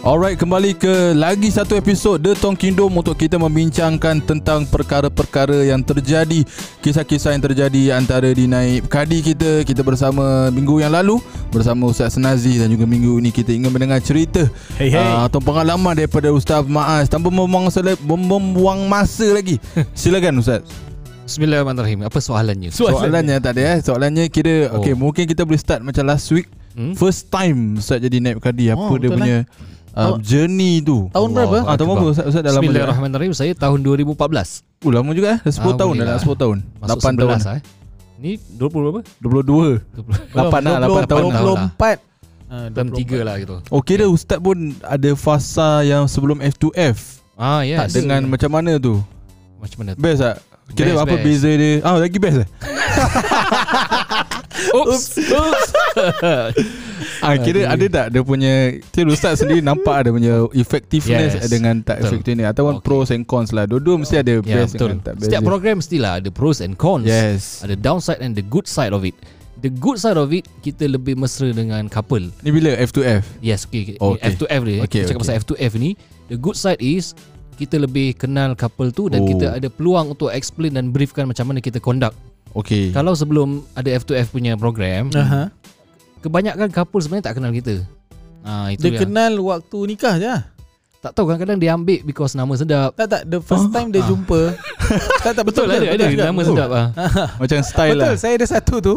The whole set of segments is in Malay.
Alright, kembali ke lagi satu episod The Tong Kingdom untuk kita membincangkan tentang perkara-perkara yang terjadi, kisah-kisah yang terjadi antara dinaib kadi kita. Kita bersama minggu yang lalu bersama Ustaz Senazi dan juga minggu ini kita ingin mendengar cerita Hey, hey. ah, atau pengalaman daripada Ustaz Maaz tanpa membuang sele- mem- membuang masa lagi. Silakan Ustaz. Bismillahirrahmanirrahim. Apa soalannya? Soalannya tak ada eh. Soalannya kira oh. Oh. okey mungkin kita boleh start macam last week Hmm? first time Ustaz jadi naib kadi apa Oh, dia betul punya uh, Tahun- journey tu. Tahun berapa? Ah, tahun berapa Ustaz? Ustaz dah lama juga. Bismillahirrahmanirrahim. Saya tahun 2014. Oh, lama juga eh. Dah 10 tahun dah, dah 10 tahun. Masuk 8 tahun. 11 eh. Ni 20 berapa? 22. 20. 8 lah, 8 tahun. lah. 24 Term 3 lah gitu. Okey dah Oh, Ustaz pun ada fasa yang sebelum F2F. Ah, Tak yes. dengan macam mana tu? Macam mana? tu? Best tak? Kira Best, apa best. beza dia? Ah, lagi best eh? Oops. Oops. Ah, kira Aduh. ada tak dia punya Kira Ustaz sendiri nampak ada punya Effectiveness Yes. dengan tak Betul. effectiveness Ataupun Okey. pros and cons lah Dua-dua mesti ada ya, best betul. dengan kan, tak best Setiap dia. program mestilah ada pros and cons. Yes Ada downside and the good side of it. The good side of it, kita lebih mesra dengan couple. Ni bila F2F? Yes, okay. okay. Oh, okay. F2F ni. Okay, Okay, eh. cakap okay. pasal F2F ni. The good side is kita lebih kenal couple tu dan Oh. kita ada peluang untuk explain dan briefkan macam mana kita conduct. Okay Kalau sebelum ada F2F punya program, Aha. kebanyakan couple sebenarnya tak kenal kita. Ah itu Dia dia yang. kenal waktu nikah je lah. tak tahu kadang-kadang dia ambil because nama sedap. Tak tak The first time dia Ah. jumpa Tak tak betul Betul, lah, ada ada juga. nama Oh. sedap ah. Macam style Betul lah saya ada satu tu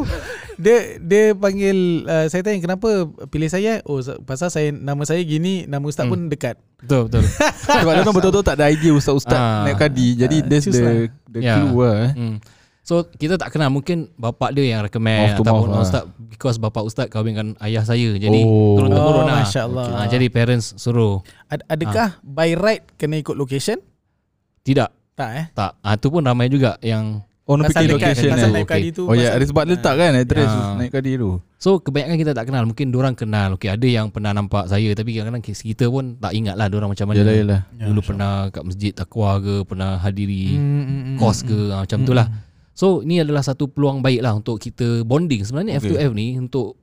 Dia dia panggil uh, Saya tanya kenapa pilih saya Oh sa- pasal saya nama saya gini Nama ustaz Hmm. pun dekat Betul betul. Sebab dia orang betul-betul tak ada idea Ustaz-Ustaz Ah. naib kadi Jadi Ah, that's choose the, lah. the Yeah. clue lah eh. hmm. So kita tak kenal mungkin bapak dia yang recommend Mouth to mouth ataupun lah. ustaz because bapak ustaz kahwinkan ayah saya. Jadi Oh. turun Oh, temurun lah. Masya Allah Ah, jadi parents suruh. Ad- Adakah by right Kena ikut location Tidak. Tak eh Tak. Ah tu pun ramai juga yang Oh nak fikir Pasal dekat, location pasal eh naik Okay. kali tu Oh ya ada sebab letak kan Address Ya. naib kadi tu So kebanyakan kita tak kenal Mungkin orang kenal Okey ada yang pernah nampak saya Tapi kadang-kadang kes- kita pun Tak ingat lah orang macam mana Yalah yalah Dulu pernah kat masjid takwa ke Pernah hadiri hmm, Kos ke ah, Macam tu lah So ni adalah satu peluang baik lah Untuk kita bonding Sebenarnya Okey. F2F ni Untuk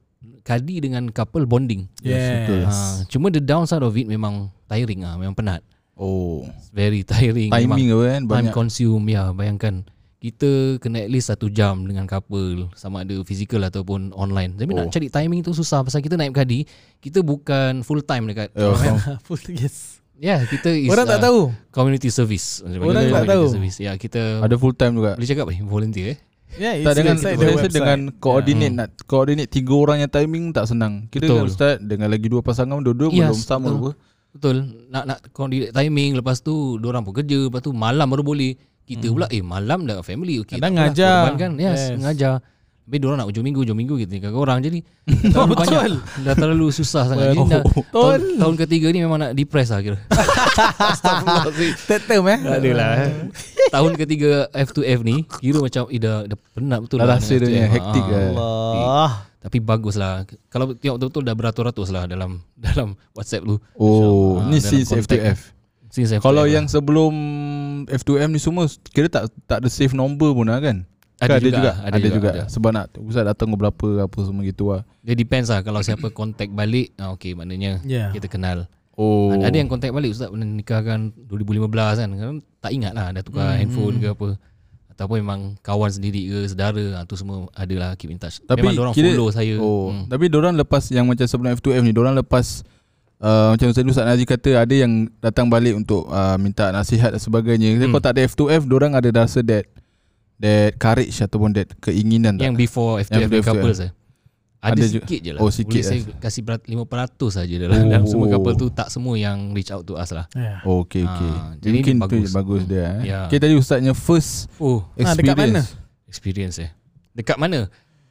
kadi dengan couple bonding Yes, betul. Ah, Cuma the downside of it Memang tiring ah, Memang penat Oh It's Very tiring Timing memang apa kan Time Banyak consume Ya bayangkan kita kena at least satu jam dengan couple sama ada physical ataupun online. Tapi Oh. nak cari timing tu susah pasal kita naik kadi, kita bukan full time dekat. Eh, faham. Full yes Ya, yeah, kita is Orang tak uh, tahu community service. Macam Orang kita tak community tahu. Service. Ya, yeah, kita Ada full time juga boleh cakap eh volunteer eh. Yeah, Ya, it's tak dengan inside saya the rasa website. dengan coordinate Hmm. nak coordinate tiga orang yang timing tak senang. Kita Betul. dengan ustaz dengan lagi dua pasangan dua-dua Yes, belum sama betul. apa. Betul. Nak nak coordinate timing lepas tu orang pun kerja, lepas tu malam baru boleh. Kita Hmm. pula eh malam dah family okey. Kadang tak apalah, ngajar. Korbankan. kan? Yes. Yes, yes. ngajar. Tapi diorang nak hujung minggu, hujung minggu kita tinggal orang jadi terlalu banyak. Dah terlalu susah sangat. Jadi dah, tahun, tahun ketiga ni memang nak depress lah kira. Astagfirullahalazim. Third term eh Tak adalah. tahun ketiga F2F ni kira macam eh, dah, dah penat betul Dah lah rasa dia dengan punya F2F. hektik Ah. lah. Allah Tapi bagus lah Kalau tengok betul-betul dah beratus-ratus lah Dalam dalam WhatsApp tu Oh, Ah, ni dalam since contact. F2F. Since F2F Kalau lah. yang sebelum F2M ni semua kira tak tak ada save number pun lah kan? Ada Kan juga, Ada, ada juga. juga, ada. Sebab nak ustaz datang ke berapa apa semua gitu lah. Dia depends lah Kalau siapa contact balik ah, Okay maknanya Ya. Kita kenal Oh. Ada yang contact balik Ustaz pernah nikah kan 2015 kan Kadang Tak ingat lah Dah tukar handphone ke apa Ataupun memang Kawan sendiri ke Sedara Itu semua adalah Keep in touch Tapi Memang orang kira- follow saya Oh, Hmm. tapi orang lepas yang macam sebelum F2F ni, orang lepas uh, macam Ustaz Ustaz Nazi kata ada yang datang balik untuk uh, minta nasihat dan sebagainya. Jadi Hmm. kalau tak ada F2F, orang ada rasa that that courage ataupun that keinginan tak? Yang before Yang F2F before eh. couple saya eh. ada, Ada juga. sikit je lah Oh, sikit Boleh saya kasih berat 5% saja dalam, dalam semua Oh. couple tu Tak semua yang reach out to us lah Yeah. Oh, okay, okay. Ah, jadi Mungkin tu ni bagus. bagus, bagus dia. Eh. Ya. Okay, tadi ustaznya first Oh Ah, experience. dekat mana? experience eh Dekat mana?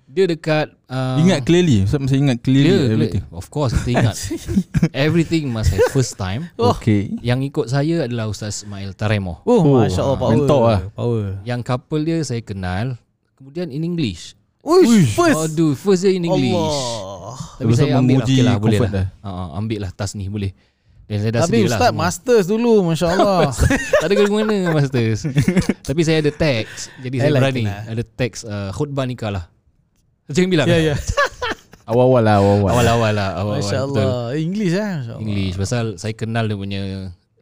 Dia dekat uh, Ingat clearly. Ustaz masih ingat clearly clear, everything. clear. Of course kita ingat Everything must have first time Oh. Okay. Yang ikut saya adalah Ustaz Ismail Taremo. Oh, Oh, Masya Allah power mentor lah. Power Yang couple dia saya kenal. Kemudian in English. Uish, first Aduh, first dia in English. Allah Tapi Lepas tu saya ambil lah, memuji okay lah, boleh comfort lah. Ha, ha, ambil lah tas ni, boleh. Dan saya dah Tapi sedia lah. Ustaz semua. masters dulu Masya Allah tak ada guna-guna masters. Tapi saya ada teks. Jadi I saya like berani. it lah. Ada teks uh, khutbah nikah lah. Macam yang bilang. Ya ya Awal-awal lah awal-awal. Awal-awal lah awal-awal, Masya betul. Allah English eh Masya Allah. English Pasal saya kenal dia punya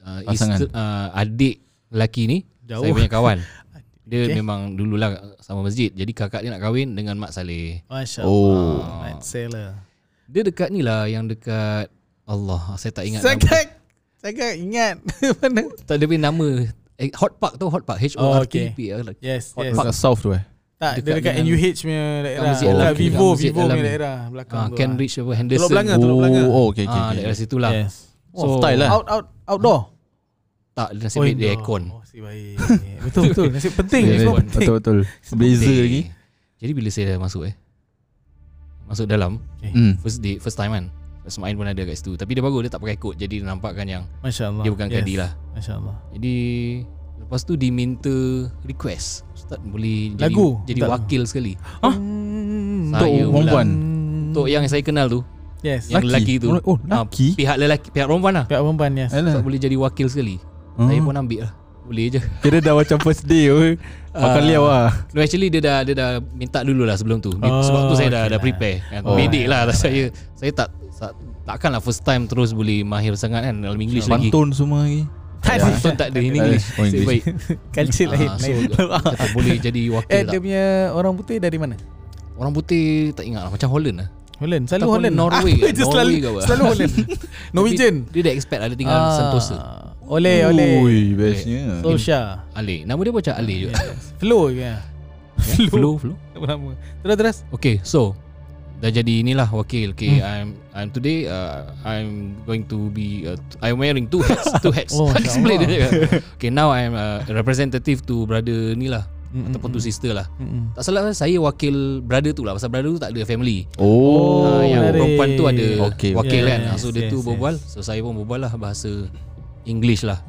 uh, Pasangan. isteri, uh, Adik lelaki ni Jauh. Jauh. Saya punya kawan Dia Okay. okay. memang dululah sama masjid Jadi kakak dia nak kahwin dengan Mak Saleh Masya Oh. Allah Mat Sailor Dia dekat ni lah yang dekat Allah Saya tak ingat nama. Sangat Sangat ingat Mana Tak ada punya nama eh, Hot Park tu Hot Park H-O-R-T-P oh, okay. Yes Hot yes Dekat South tu eh. Tak dekat, Dekat dekat dengan- NUH punya daerah Masjid Dekat Alami. Vivo Masjid Vivo punya Alami. daerah Belakang Ah, tu Cambridge apa Henderson Teluk Belanga Teluk Oh, Belanga oh okay okay. ah, okay. Daerah situ lah Yes Oh, style lah. Out out outdoor Tak dia nasib baik dia indoor. aircon Oh si baik Betul betul Nasib penting Dia ni semua aircon. penting Betul betul. Blazer Okey. lagi. Jadi bila saya dah masuk eh Masuk dalam Hmm. First day First time kan First main pun ada kat situ Tapi dia bagus Dia tak pakai kot Jadi nampakkan yang Masya Allah Dia Ah, bukan Yes. kadi lah Masya Allah Jadi Lepas tu diminta request Ustaz boleh jadi, Lagu? Jadi Tak. wakil sekali Hah? Hmm. Untuk Saya pula. perempuan. Untuk yang saya kenal tu Yes Yang lelaki tu Oh, oh, Ah, lelaki. Pihak lelaki Pihak perempuan lah Pihak perempuan yes Alah. Ustaz boleh jadi wakil sekali Hmm. Saya pun ambil lah Boleh je Kira dah macam first day oi. Makan Ah. liau ah. No actually dia dah dia dah minta dulu lah sebelum tu. Dia, Oh, oh, sebab tu saya dah okay dah lah. prepare. Kan. Oh. Oh, Medik lah right. saya saya tak, tak takkanlah first time terus boleh mahir sangat kan dalam English lagi. Pantun semua lagi. Tak ada. Pantun Ya. tak Tak ada in ada. English. Oh, Nasib English. baik. Culture lain Ah, so kata boleh jadi wakil Eh dia tak? punya orang putih dari mana? Orang putih tak ingat lah macam Holland lah. Holland Selalu Ataupun Holland Norway Apa ke? je Norway Selalu, ke apa? selalu Holland Norwegian Tapi Dia dah expect lah dia tinggal Ah, Sentosa. Oleh oleh Ui, bestnya. Solskjaer Ali. Nama dia macam Ali juga. Flow ya Yeah. Flo Flo. Apa nama Terus terus Okay so Dah jadi inilah wakil Okay Hmm. I'm I'm today uh, I'm going to be uh, t- I'm wearing two hats Two hats Oh, oh, Masya Explain Allah. dia Okay now I'm uh, Representative to brother ni lah Ataupun to sister lah Tak salah saya wakil brother tu lah Pasal brother tu tak ada family Oh. Ah, Yang menarik. perempuan tu ada Okay, wakil okay. kan Ah, So Yes, dia tu yes, berbual So saya pun berbual lah bahasa English lah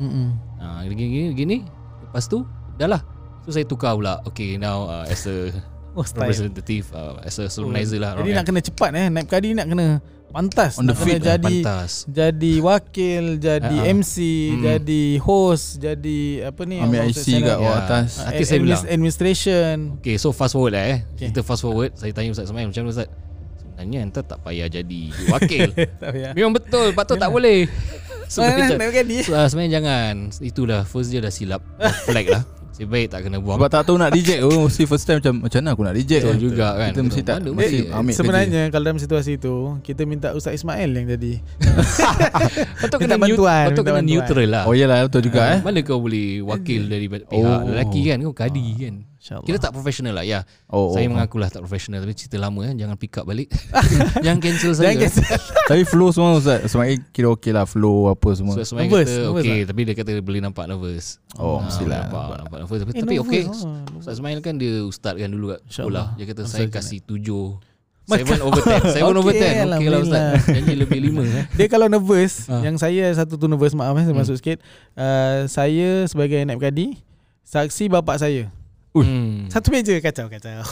Ah, Gini-gini gini. Lepas tu Dah lah So saya tukar pula Okay now uh, as a Oh style Oh, Representative uh, As a solemnizer lah Jadi orang nak kena cepat eh Naib Kadi nak kena Pantas On the Nak kena feet, Ah, jadi pantas. Jadi wakil Jadi Ah, ah. MC Mm. Jadi host Jadi apa ni Ambil orang IC kat channel. orang Ya. atas. Ah, Nanti saya administ- bilang. Administration Okay so fast forward lah eh Okay. okay. Kita fast forward Saya tanya Ustaz Semaim Macam mana Ustaz Sebenarnya entah tak payah jadi wakil Tak payah Memang betul Patut tak boleh Mana Sebenarnya Naib Kadi so, ah, Sebenarnya jangan Itulah First dia dah silap Red Flag lah Saya baik tak kena buang Sebab tak tahu nak reject oh, Mesti first time macam Macam mana aku nak reject Betul juga kan. Kita mesti tak Mana Mesti boleh. ambil kerja. Sebenarnya kalau dalam situasi tu Kita minta Ustaz Ismail yang jadi Patut minta bantuan, kena, bantuan, minta patut kena bantuan. neutral lah Oh yelah betul juga eh Mana kau boleh wakil dari pihak Oh. lelaki kan Kau kadi kan InsyaAllah Kita tak profesional lah ya Oh, Saya oh. mengakulah tak profesional Tapi cerita lama kan Jangan pick up balik Jangan cancel saya Jangan cancel Tapi flow semua Ustaz Sebenarnya kira okey lah Flow apa semua So sebenarnya Nervous, nervous, kata nervous Okay Tapi dia kata dia boleh nampak nervous Oh mesti Mestilah lah nampak, nampak nervous Tapi, Eh, tapi nervous okay lah. Ustaz Ismail kan dia ustaz kan dulu kat InsyaAllah. sekolah Dia kata Ustaz saya Ismail. kasih tujuh Maka- Seven over ten Seven Okay, over ten Okay lah Ustaz Alhamdulillah. Janji lebih lima eh. Dia kalau nervous Ah. Yang saya satu tu nervous Maaf eh saya masuk sikit uh, Saya sebagai naib kadi Saksi bapak saya Ui. hmm. Satu meja Kacau-kacau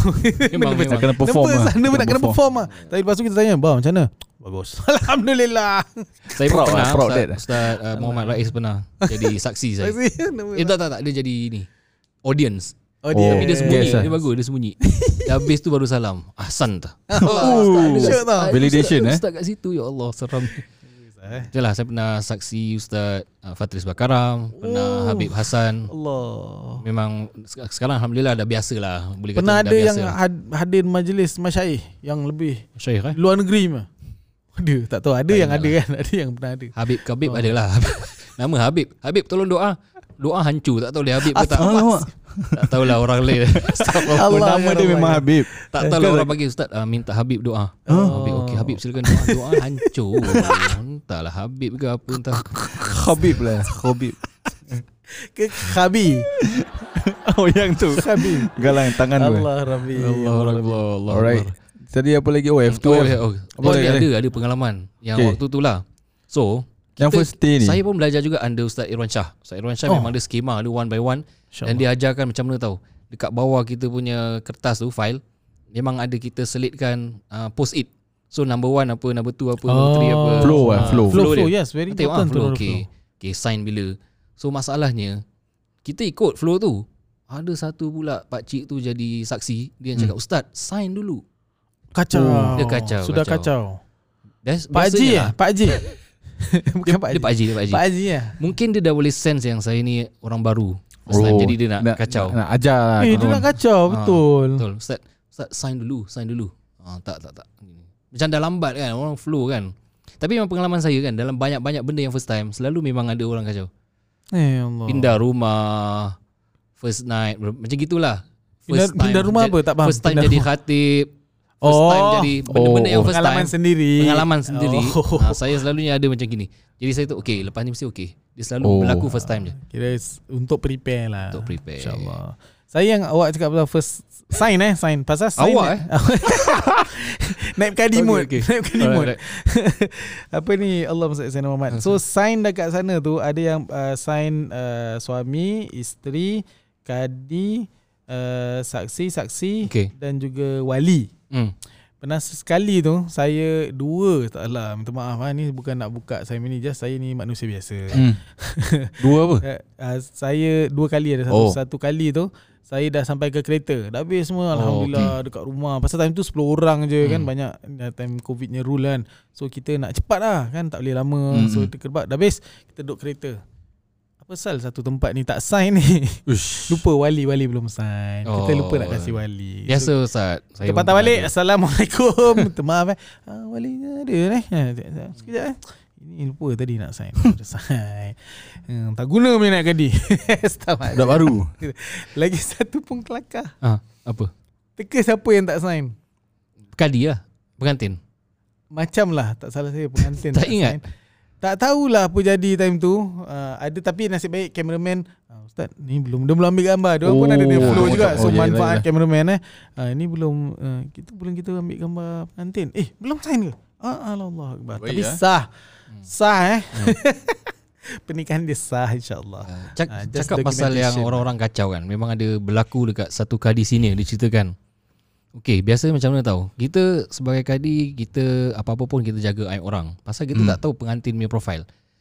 Memang Nak memang kena perform Nervous lah. lah Nervous nak kena perform lah Tapi lepas tu kita tanya Bang macam mana Bagus Alhamdulillah Saya pun Proud lah, pernah proud Ustaz, dad lah. ustaz uh, Muhammad Rais pernah Jadi saksi saya Saksi nervous Eh lah. tak tak tak Dia jadi ni Audience Oh Tapi Tapi dia sembunyi Yes, lah. Dia bagus dia sembunyi Dah habis tu baru salam Ahsan tak Oh, Ooh. Syok tau Validation eh Ustaz kat situ Ya Allah seram Macam lah saya pernah saksi Ustaz uh, Fatris Bakaram Pernah Oh. Habib Hasan Allah Memang sek- sekarang Alhamdulillah dah biasa lah Boleh kata Pernah dah ada yang biasa lah. had- hadir majlis masyair Yang lebih Syair eh Luar negeri mah Ada tak tahu Ada Tak yang ingat lah. ada kan Ada yang pernah ada Habib Kabib oh. adalah Nama Habib Habib tolong doa Doa hancur Tak tahu dia Habib ke tak Alamak. Tak tahulah orang lain Astagfirullah. Oh, Nama Allah, ya dia Allah, memang ya. Habib Tak tahu lah Kan? orang bagi Ustaz uh, Minta Habib Ah. doa Ah, Habib okey Habib silakan doa Doa hancur Entahlah Habib ke apa Entah Habib lah Habib Ke Khabi Oh yang tu Khabi Galang tangan tu eh. Allah Rabbi Kan Allah Allah Allah, Allah. Alright Tadi apa lagi Oh F2 Oh, F. ya, oh. Apa Oh, lagi? ada, ada ada pengalaman yang Okay. okay. waktu tu lah. So, Yang first day ni saya pun belajar juga under Ustaz Irwan Shah. Ustaz Irwan Shah Oh. oh. memang ada skema dia one by one dan dia ajarkan macam mana tahu. Dekat bawah kita punya kertas tu file memang ada kita selitkan uh, post it. So number one apa, number two apa, number three apa. Flow lah, Ah, flow. Oh. Flow, flow dia. yes Very Tengok ah, important flow tu okay. Okay, sign bila. So masalahnya kita ikut flow Hmm. tu. Ada satu pula pak cik tu jadi saksi, dia yang cakap ustaz, sign dulu. Kacau. Oh. Dia kacau, Sudah kacau. kacau. That's Pak Haji biasanya ya? lah. Pak Haji. Bukan Pak Dia Haji. Pak Haji, dia Pak Haji. Pak Haji ya. Mungkin dia dah boleh sense yang saya ni orang baru. First time. Oh. Jadi dia nak, kacau. Nak, nak ajar lah Eh, dia kawan. nak kacau Ah, betul. Betul. Ustaz, Ustaz sign dulu, sign dulu. Ah, tak tak tak. Macam dah lambat kan, orang flow kan. Tapi memang pengalaman saya kan dalam banyak-banyak benda yang first time, selalu memang ada orang kacau. Eh Allah. Oh. Pindah rumah, first night, ber- macam gitulah. Pindah, pindah rumah ja- apa tak faham. First time Pindah jadi rumah. khatib. First time Oh. jadi benda-benda Oh, yang first pengalaman time. sendiri. Pengalaman sendiri. Oh. Ah, saya selalunya ada macam gini. Jadi saya tu okey, lepas ni mesti okey. Dia selalu Oh. berlaku first time je. Kira s- untuk prepare lah. Untuk prepare. InsyaAllah. Saya yang awak cakap pasal first sign eh sign pasal sign Awak, eh. naik kadi Okay, mood okay. naik kadi mood Alright, apa ni Allah Ustaz Sayyidina Muhammad so sign dekat sana tu ada yang uh, sign uh, suami isteri kadi uh, saksi-saksi Okay. dan juga wali Hmm. Pernah sekali tu saya dua tak lah minta maaf ah ni bukan nak buka saya ni just saya ni manusia biasa. Hmm. Dua apa? Eh, ah, saya dua kali ada satu Oh. oh. satu kali tu saya dah sampai ke kereta. Dah habis semua alhamdulillah oh, okay. dekat rumah. Pasal time tu 10 orang je hmm. kan banyak dah time covidnya rule kan. So kita nak cepat lah kan tak boleh lama. Hmm. Hmm. So kita kerbat dah habis kita duduk kereta. Apa sal satu tempat ni tak sign ni. Ush. Lupa wali wali belum sign. Kita Oh. lupa nak kasih wali. Biasa Ustaz. Saya Kita patah memang balik ada. Assalamualaikum Minta maaf eh ah, Wali ada eh ha, sekejap, sekejap, Sekejap eh Ini lupa tadi nak sign Dah sign hmm, Tak guna punya nak kadi Setamat Dah baru. Lagi satu pun kelakar Ah, apa? Teka siapa yang tak sign Kadi lah Pengantin Macam lah Tak salah saya pengantin Tak ingat? sign. Tak tahulah apa jadi time tu uh, Ada tapi nasib baik cameraman uh, Ustaz ni belum Dia belum ambil gambar Dia orang pun Oh, ada dia flow oh, juga oh, So yelah, manfaat yelah. cameraman eh uh, Ini belum uh, Kita belum kita ambil gambar pengantin Eh belum sign ke? Ah, Allah Akbar Baik, Tapi eh. sah Sah eh Pernikahan dia sah insyaAllah Cak, Ah, just Cakap pasal yang documentation. orang-orang kacau kan Memang ada berlaku dekat satu kadi sini Dia ceritakan Okay biasa macam mana tahu Kita sebagai kadi Kita apa-apa pun kita jaga aib orang Pasal kita Hmm. tak tahu pengantin punya profil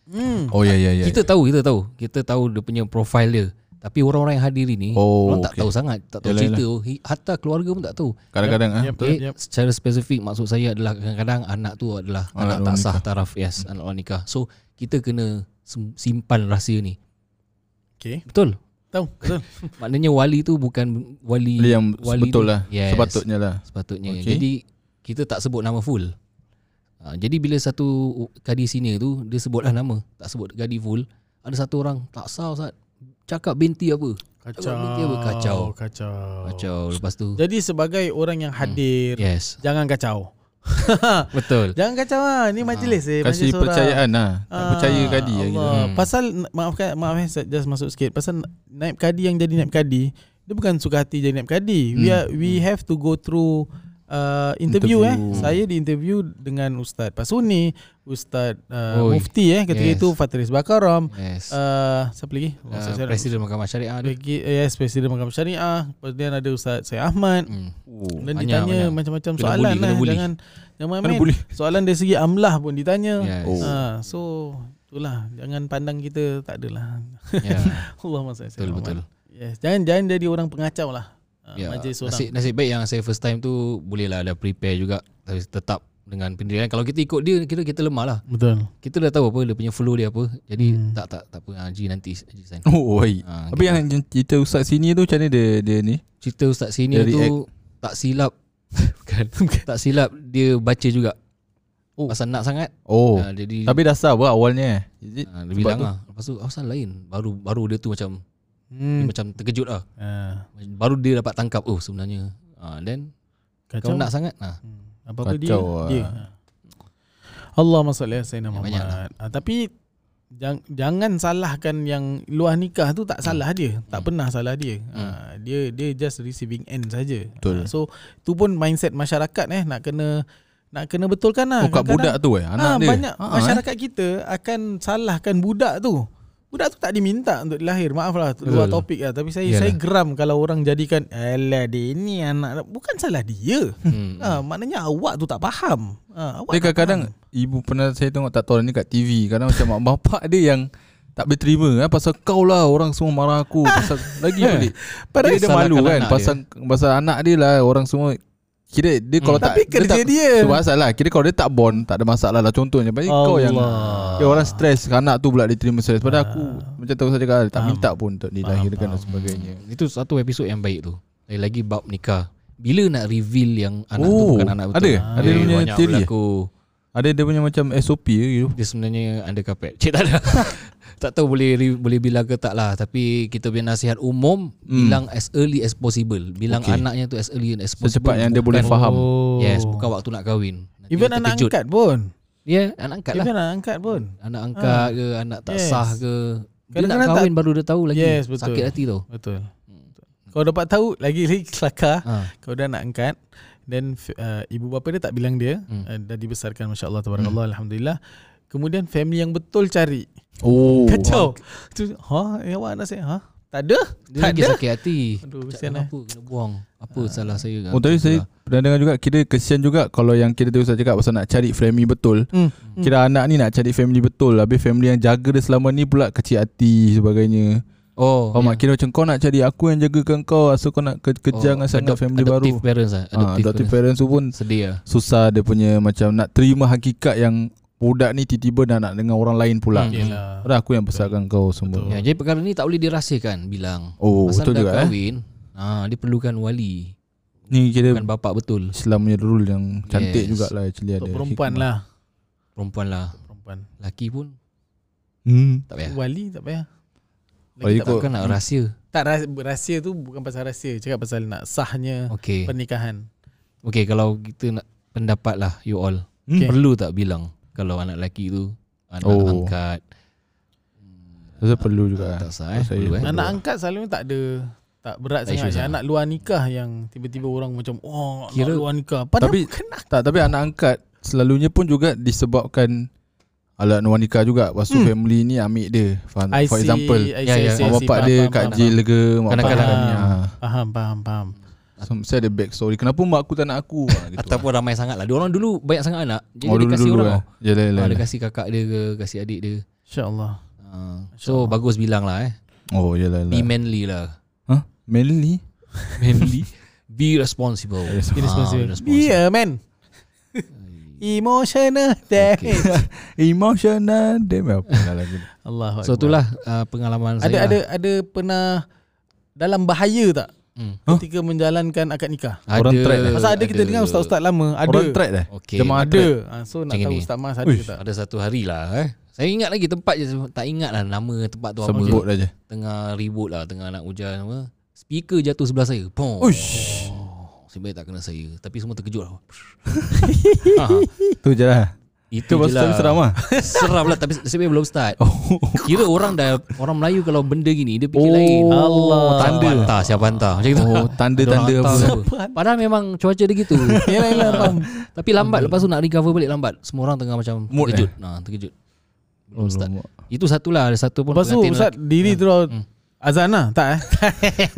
hmm. Oh ya ya ya. Kita tahu, kita tahu Kita tahu dia punya profil dia Tapi orang-orang yang hadir ini Oh, Orang tak okay. tahu sangat Tak tahu Yalah, cerita Hi- Hatta keluarga pun tak tahu Kadang-kadang ah. Yep. Okay, secara spesifik maksud saya adalah kadang-kadang anak tu adalah Anak anak, luar tak sah taraf yes anak luar nikah. So kita kena sem- simpan rahsia ni. Okay Betul. Tahu betul Maknanya wali tu bukan wali Beli yang wali betul tu- lah. Yes. Sepatutnya lah. sepatutnya. Okay. Okay. Jadi kita tak sebut nama full. Ha, jadi bila satu kadi senior tu dia sebutlah nama, tak sebut kadi full. Ada satu orang tak sah Ustaz. Cakap binti apa? Kacau Dia pun kacau. Kacau Kacau Hmm. lepas tu. Jadi sebagai orang yang hadir Yes. Jangan kacau Betul. Jangan kacau lah Ni majlis eh Kasih majlis orang. percayaan lah. Tak Ah, percaya kadi lah gitu. Allah. Hmm. Pasal Maafkan Maaf eh Ustaz, Just masuk sikit Pasal naib kadi yang jadi naib kadi Dia bukan suka hati jadi naib kadi We are, we have to go through uh, interview, Interview. eh Saya di interview Dengan Ustaz Pasuni Ustaz uh, Oi. Mufti eh Ketika Yes. itu Fatris Bakaram Yes. uh, Uh, Siapa lagi? Oh, Ustaz Syarif. Presiden Mahkamah Syariah dia. Lagi- Yes Presiden Mahkamah Syariah Kemudian ada Ustaz Syed Ahmad Hmm. Oh. dan Banyak, ditanya banyak. macam-macam Kena soalan bully, kena lah bully. jangan jangan Kena main-main. bully. Soalan dari segi amlah pun ditanya. Yes. Oh. Ha, so itulah jangan pandang kita tak adalah. Yeah. Allah masa Ya, Betul betul. Yes, jangan jangan jadi orang pengacau lah. Ha, Ya, majlis orang. nasib, nasib baik yang saya first time tu boleh lah dah prepare juga tapi tetap dengan pendirian kalau kita ikut dia kira kita lemah lah Betul. kita dah tahu apa dia punya flow dia apa jadi tak tak tak apa Ah, haji nanti haji sign Hmm. Oh, baik. Ah, Tapi yang cerita ustaz sini tu macam mana dia, dia ni? cerita ustaz senior Dia tu tak silap bukan tak silap dia baca juga oh. pasal nak sangat Oh. Ah, jadi Tapi dah sah apa awalnya eh? Is it? ah, dia bilang tu- lah lepas tu asal lain baru baru dia tu macam dia Hmm. macam terkejut lah Ha, baru dia dapat tangkap oh sebenarnya ah, then kacau. kau nak sangat ah apa-apa Hmm. dia, Kacau lah. dia. Ha. Allahumma salli ala sayyidina Banyak Muhammad. lah. Ha, tapi jang, jangan salahkan yang luar nikah tu tak salah dia. Tak Hmm. pernah salah dia. Ha, dia dia just receiving end saja. Betul. Ha, so tu pun mindset masyarakat eh nak kena nak kena betulkan lah. Oh, kat Kadang-kadang- budak tu eh? Anak Ah, dia? Banyak Ah, masyarakat kita akan salahkan budak tu. Budak tu tak diminta untuk dilahir. Maaf lah luar Betul. topik lah. Tapi saya Yalah. saya geram kalau orang jadikan alah dia ni anak bukan salah dia. Hmm. Ah, maknanya awak tu tak faham. Ah, awak Dia tak kadang-kadang faham. ibu pernah saya tengok tak tahu ni kat TV. Kadang macam mak bapak dia yang tak boleh terima eh, pasal kau lah orang semua marah aku pasal lagi balik. Padahal dia, Salahkan malu kan anak pasal pasal anak dia lah orang semua Kira dia kalau Hmm. tak Tapi kerja tak, dia. Tu pasal lah Kira kalau dia tak bond Tak ada masalah lah Contohnya Bagi kau yang Allah. Ya orang stres Anak tu pula dia terima stres Padahal aku Macam tahu saja kan Tak minta pun Untuk dilahirkan dan sebagainya Itu satu episod yang baik tu Lagi-lagi bab nikah Bila nak reveal yang anak tu Oh, bukan anak betul ada? Ada Eh, dia punya banyak teori eh? berlaku Ada dia punya macam SOP ke gitu Dia sebenarnya under carpet Cik tak ada Tak tahu boleh re- boleh bilang ke tak lah Tapi kita punya nasihat umum Bilang as early as possible Bilang Hmm. Okay. anaknya tu as early as possible Secepat yang dia boleh Bukan- faham Oh. Yes bukan waktu nak kahwin Nanti Even dia anak terkejut. angkat pun. Ya anak angkat lah Even anak angkat pun. Anak angkat ke Anak tak Yes. sah ke Dia nak Kadang-kadang kahwin baru dia tahu lagi Yes, betul. Sakit hati tau Betul. Hmm. Kau dapat tahu lagi lagi kelakar. ha. Kau dah nak angkat Then f- uh, Ibu bapa dia tak bilang dia Hmm. hmm. uh, Dah dibesarkan Masya Allah Tabarakallah Alhamdulillah Kemudian family yang betul cari Oh Kacau Tu, Ha Ya awak nak saya Ha Tak ada Dia Tak lagi ada sakit hati Aduh, Cakap, kesian, eh. Apa kena buang Apa lah. salah saya Oh tadi saya pernah dengar juga Kira kesian juga Kalau yang kita tu saya cakap Pasal nak cari family betul hmm. Kira anak ni nak cari family betul Habis family yang jaga dia selama ni pula Kecil hati sebagainya Oh Kau mak kira macam kau nak cari Aku yang jagakan kau Asal kau nak ke- kerja dengan sangat adopt- family Oh, adoptive baru parents lah Ah, Adoptive, Adoptive parents. parents tu pun Sedih lah Susah dia punya macam Nak terima hakikat yang Budak ni tiba-tiba dah nak dengan orang lain pula Hmm. Yelah Padahal aku yang besarkan kau semua Ya, jadi perkara ni tak boleh dirahsiakan bilang. Oh Pasal betul dah juga eh kahwin, ha, dia perlukan wali, Ni kira bukan bapa betul. Islam punya rule yang cantik Yes. jugalah actually Untuk ada perempuan hikmah. lah Perempuan lah, Perempuan laki pun hmm. tak payah. Wali tak payah Wali Lagi tak, kot. Bukan nak rahsia. tak rahsia, rahsia tu bukan pasal rahsia Cakap pasal nak sahnya Okey. pernikahan Okey, kalau kita nak pendapat lah you all. Okay. Perlu tak bilang kalau anak lelaki tu Hmm. anak Oh. lah. angkat Saya perlu juga tak sah eh. saya Perlu, eh. Betul. Anak angkat selalunya tak ada tak berat tak Tak sangat isu Yang sangat. Anak luar nikah yang tiba-tilah orang macam Oh Kira- Kira, anak luar nikah Padahal Tapi- bukan nak Tak tapi anak angkat Selalunya pun juga disebabkan Alat wanita juga Lepas tu Hmm. family ni ambil dia faham, I For see, example I Ya, ya. Mak see, I see, I see. bapak Faham, dia faham, kat faham. jail ke Mak bapak Kadang-kadang. dia ni ha. Faham, faham, faham. so, Mesti ada back story Kenapa mak aku tak nak aku ha, gitu. Ataupun ramai sangat lah. Dia orang dulu banyak sangat anak. Jadi Oh dia dulu kasi dulu orang. eh. Ya lah tau. lah Ha, dia lah. kasi kakak dia ke, kasi adik dia. InsyaAllah. Ha. So bagus bilang lah eh. Oh ya lah lah Be manly lah. Huh? Manly Manly. Be responsible. Be Irresponsible. Ah, Be a man. Emotional damage. Okay. Emotional Damn apa lah lagu ni. Allah. So itulah uh, pengalaman Ada saya. ada ada pernah dalam bahaya tak Hmm. ketika menjalankan akad nikah? ada Orang track lah. Pasal ada, kita dengar ustaz-ustaz lama, ada. Orang track eh? dah Okey. Jemaah ada. Ha, so nak Macam tahu ini. ustaz Mas ada Uish. tak? Ada satu hari lah eh. Saya ingat lagi tempat je tak ingat lah nama tempat tu apa. Sebut aja Tengah ribut lah, tengah nak hujan apa. Speaker jatuh sebelah saya. Pong. Uish Nasib baik tak kena saya. Tapi semua terkejut lah. ha, Tu je lah itu Tu je pasal lah. seram lah Seram lah tapi nasib baik belum start. Oh Kira orang dah orang Melayu kalau benda gini dia fikir Oh, lain. Allah. Siapa hantar, siapa hantar macam tu. Oh, tanda-tanda Dia orang apa. hantar ke apa. Padahal memang cuaca dia gitu. Yalah yalah faham. Tapi lambat lepas tu nak recover balik lambat. Semua orang tengah macam Mood terkejut. Nah, terkejut. Belum start. Alamak. Itu satulah ada satu pun Lepas tu pengantin ustaz diri tu azan lah tak eh?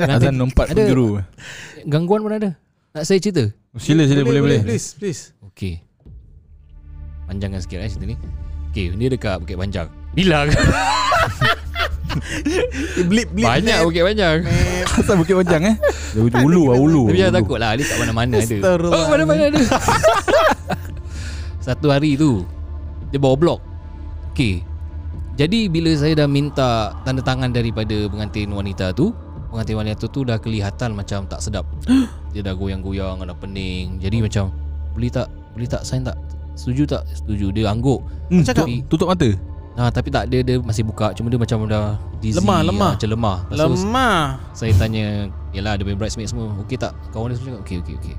Azan empat Ada- penjuru lelaki- gangguan pun ada. Nak saya cerita? Sila sila boleh boleh Please please. Okey. Panjangkan sikit eh cerita ni. Okey, ni dekat Bukit Panjang. Bila ke? Eh, blip blip. Banyak Bukit Panjang. Pasal Bukit Panjang eh Dia hujung Ulu lah ulu Tapi jangan ulu. takut lah Dia kat mana-mana ada Astagfirullah. Oh mana-mana ada Satu hari tu Dia bawa blok Okay Jadi bila saya dah minta Tanda tangan daripada pengantin wanita tu Pengantin wanita tu dah kelihatan macam tak sedap Dia dah goyang-goyang Dah pening Jadi macam Boleh tak Boleh tak sign tak Setuju tak Setuju Dia angguk Hmm, Macam tutup- Tutup mata Nah, tapi tak dia dia masih buka cuma dia macam dah dizzy Lemah, ah, lemah. macam lemah. Lepas tu Lemah. saya tanya Yelah ada punya bridesmaid semua Okey tak Kawan dia semua cakap Okey okey okey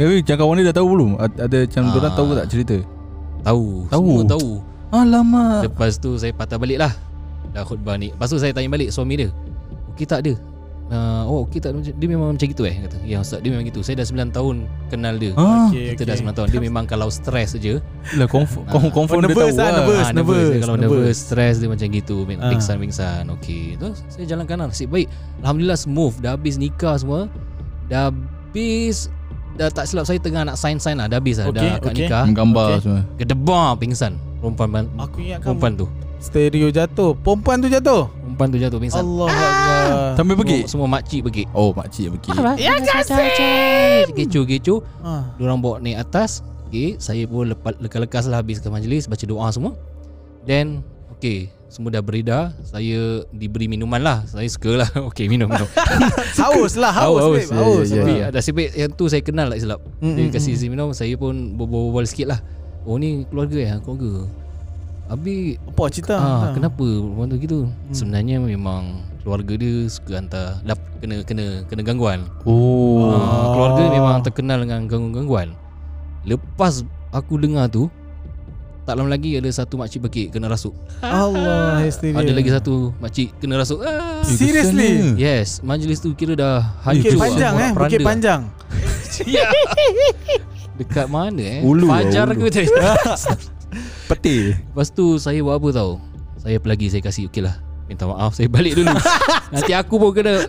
Tapi macam kawan ni dah tahu belum? Ad- Ada macam Ah. ah. orang tahu ke tak cerita? Tahu Tahu. Semua tahu Alamak. Lepas tu saya patah balik lah Dah khutbah ni Lepas tu saya tanya balik suami dia Okey tak dia uh, Oh okey tak dia macam- Dia memang macam gitu eh kata. Ya ustaz dia memang gitu Saya dah 9 tahun kenal dia Ha, ah, Okey, Kita dah okey. 9 tahun Dia memang kalau stres je lah confirm, confirm, confirm Oh, dia nervous tahu lah, lah. nervous. Ah, nervous. Dia Kalau nervous, nervous. stress dia macam gitu, Ah. pingsan-pingsan. Okey. Terus saya jalan kanan, nasib baik. Alhamdulillah smooth. Dah habis nikah semua. Dah habis dah tak silap saya tengah nak sign-sign lah Dah habis lah Okey, Dah kat okey. nikah Gambar Okay. semua. Gedebar pingsan Perempuan Aku ingat kamu Perempuan tu Stereo jatuh Perempuan tu jatuh Perempuan Umpan tu jatuh pingsan Allah Allah. Sampai pergi. Semua, semua makcik pergi Oh, makcik pergi. Ya kasih Kecoh-kecoh Ha. Diorang bawa naik atas Okay Saya pun lepas, lekas-lekas lah Habiskan majlis Baca doa semua Then Okay Semua dah beredar Saya diberi minuman lah Saya suka lah Okay minum minum Haus lah haus. Haus, babe, haus, Haus. ya, ya, babe. ya. Tapi ada sebab Yang tu saya kenal lah silap Mm, Dia mm, kasi izin minum Saya pun berbual-bual sikit lah Oh ni keluarga ya Keluarga Habis Apa cerita? Ha. Ah, kenapa perempuan tu gitu? Hmm. Sebenarnya memang keluarga dia suka hantar lap, kena kena kena gangguan. Oh. Ah, keluarga memang terkenal dengan gangguan-gangguan. Lepas aku dengar tu, tak lama lagi ada satu makcik bekik kena rasuk. Allah hysteria. Ada lagi satu makcik kena rasuk. Eh, Ah. Seriously? kesiannya. Yes, majlis tu kira dah Hmm. Bukit hancur. lah, panjang eh, porak-peranda. bukit panjang. Dekat mana eh? Ulu lah, Fajar ulu. ke tadi? Peti. Lepas tu saya buat apa tau Saya lagi saya kasih Okey lah Minta maaf saya balik dulu Nanti aku pun kena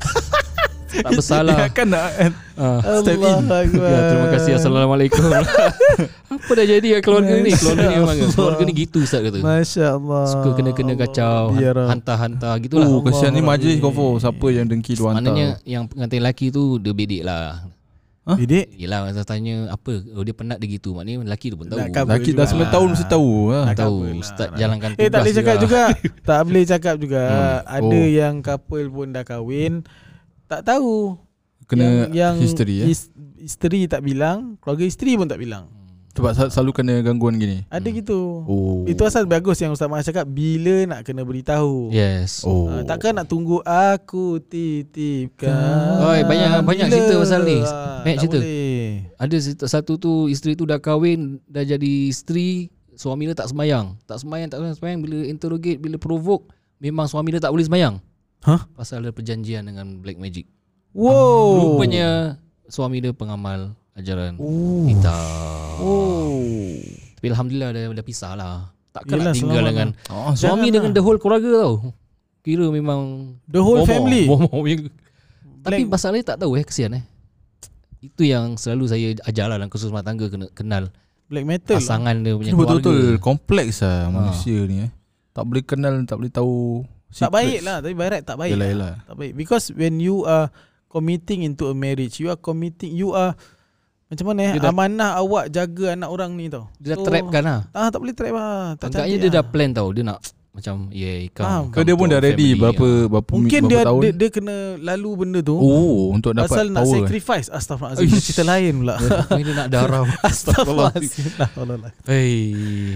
Ya Tak bersalah kan nak. Ah. Step in. Allah Akbar. Ya, terima kasih Assalamualaikum Apa dah jadi dengan keluarga ni Keluarga ni memang Keluarga ni gitu Ustaz kata Masya Allah. Suka kena-kena Allah kacau biar lah. Hantar-hantar gitulah Oh, kesian ni Allah. majlis kau Siapa yang dengki lu hantar. Maknanya yang pengantin lelaki tu Dia bedik lah Bidik. Yelah saya tanya Apa oh, Dia penat dia gitu Maknanya lelaki tu pun tahu Nak cover Laki dah juga. 9 tahun mesti tahu. Ha. Nak Tahu cover lah. Ustaz jalankan tugas Eh tak boleh cakap lah. juga. tak boleh cakap juga. Hmm. Ada Oh. yang couple pun dah kahwin tak tahu Kena yang, yang history eh. his- Isteri tak bilang, keluarga isteri pun tak bilang. Hmm. Sebab sel- selalu kena gangguan gini. Ada gitu. Oh. Itu asal bagus yang Ustaz Mas cakap bila nak kena beritahu. Yes Oh. Ha, takkan nak tunggu aku titipkan. Oi, banyak- banyak cerita pasal ni. Ah, Banyak tak cerita. boleh. Ada satu- satu tu isteri tu dah kahwin, dah jadi isteri, suami dia tak semayang. Tak semayang, tak semayang, semayang bila interrogate, bila provoke, memang suami dia tak boleh semayang. Hah? Pasal ada perjanjian dengan Black Magic. Wow. Oh. Rupanya suami dia pengamal ajaran Oh. kita. Oh. Tapi alhamdulillah dah, dah pisah lah. Takkan Yelah, nak tinggal selamat dengan Oh, so- suami Jangan dengan lah. the whole keluarga tau. Kira memang The whole bomoh, family. bomoh punya. Tapi Black- masalahnya tak tahu eh kesian eh. Itu yang selalu saya ajar lah dalam kursus rumah tangga kena kenal Black metal. lah. pasangan dia punya Kena keluarga. betul-betul kompleks Ah. lah manusia ni eh. Tak boleh kenal, tak boleh tahu. Tak baik secrets. lah Tapi by right tak baik Yelah, lah. yelah. Tak baik Because when you are Committing into a marriage You are committing You are Macam mana eh Dia dah- Amanah awak Jaga anak orang ni tau Dia dah trapkan lah. Oh, ah, Tak boleh trap lah Tak Agaknya cantik dia lah. dah plan tau. Dia nak macam yeah, come, Faham. Kau dia pun dah ready berapa berapa Mungkin berapa dia, tahun. dia dia kena Lalu benda tu oh, untuk dapat Pasal nak power. sacrifice Astaghfirullahaladzim Cerita lain pula Ini dia nak darah. Astaghfirullahaladzim Nah, Allah lah. Hey,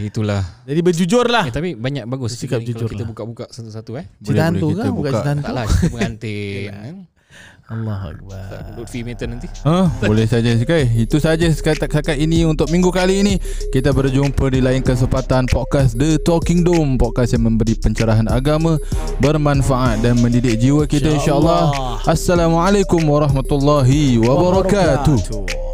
itulah. Jadi berjujur lah Eh, tapi banyak bagus Dia cakap Ini kalau jujur kita lah. buka-buka satu-satu eh. Cerita hantu Boleh-boleh kan kita Bukan buka. cerita hantu Tak lah, kita pengantin kan. Allah Akbar Duduk fee meter nanti. Ha, boleh saja sekali. Itu saja setakat-setakat ini untuk minggu kali ini. Kita berjumpa di lain kesempatan podcast The Talking Dome, podcast yang memberi pencerahan agama, bermanfaat dan mendidik jiwa kita insya-Allah. Assalamualaikum warahmatullahi wabarakatuh. Wabarakatuh.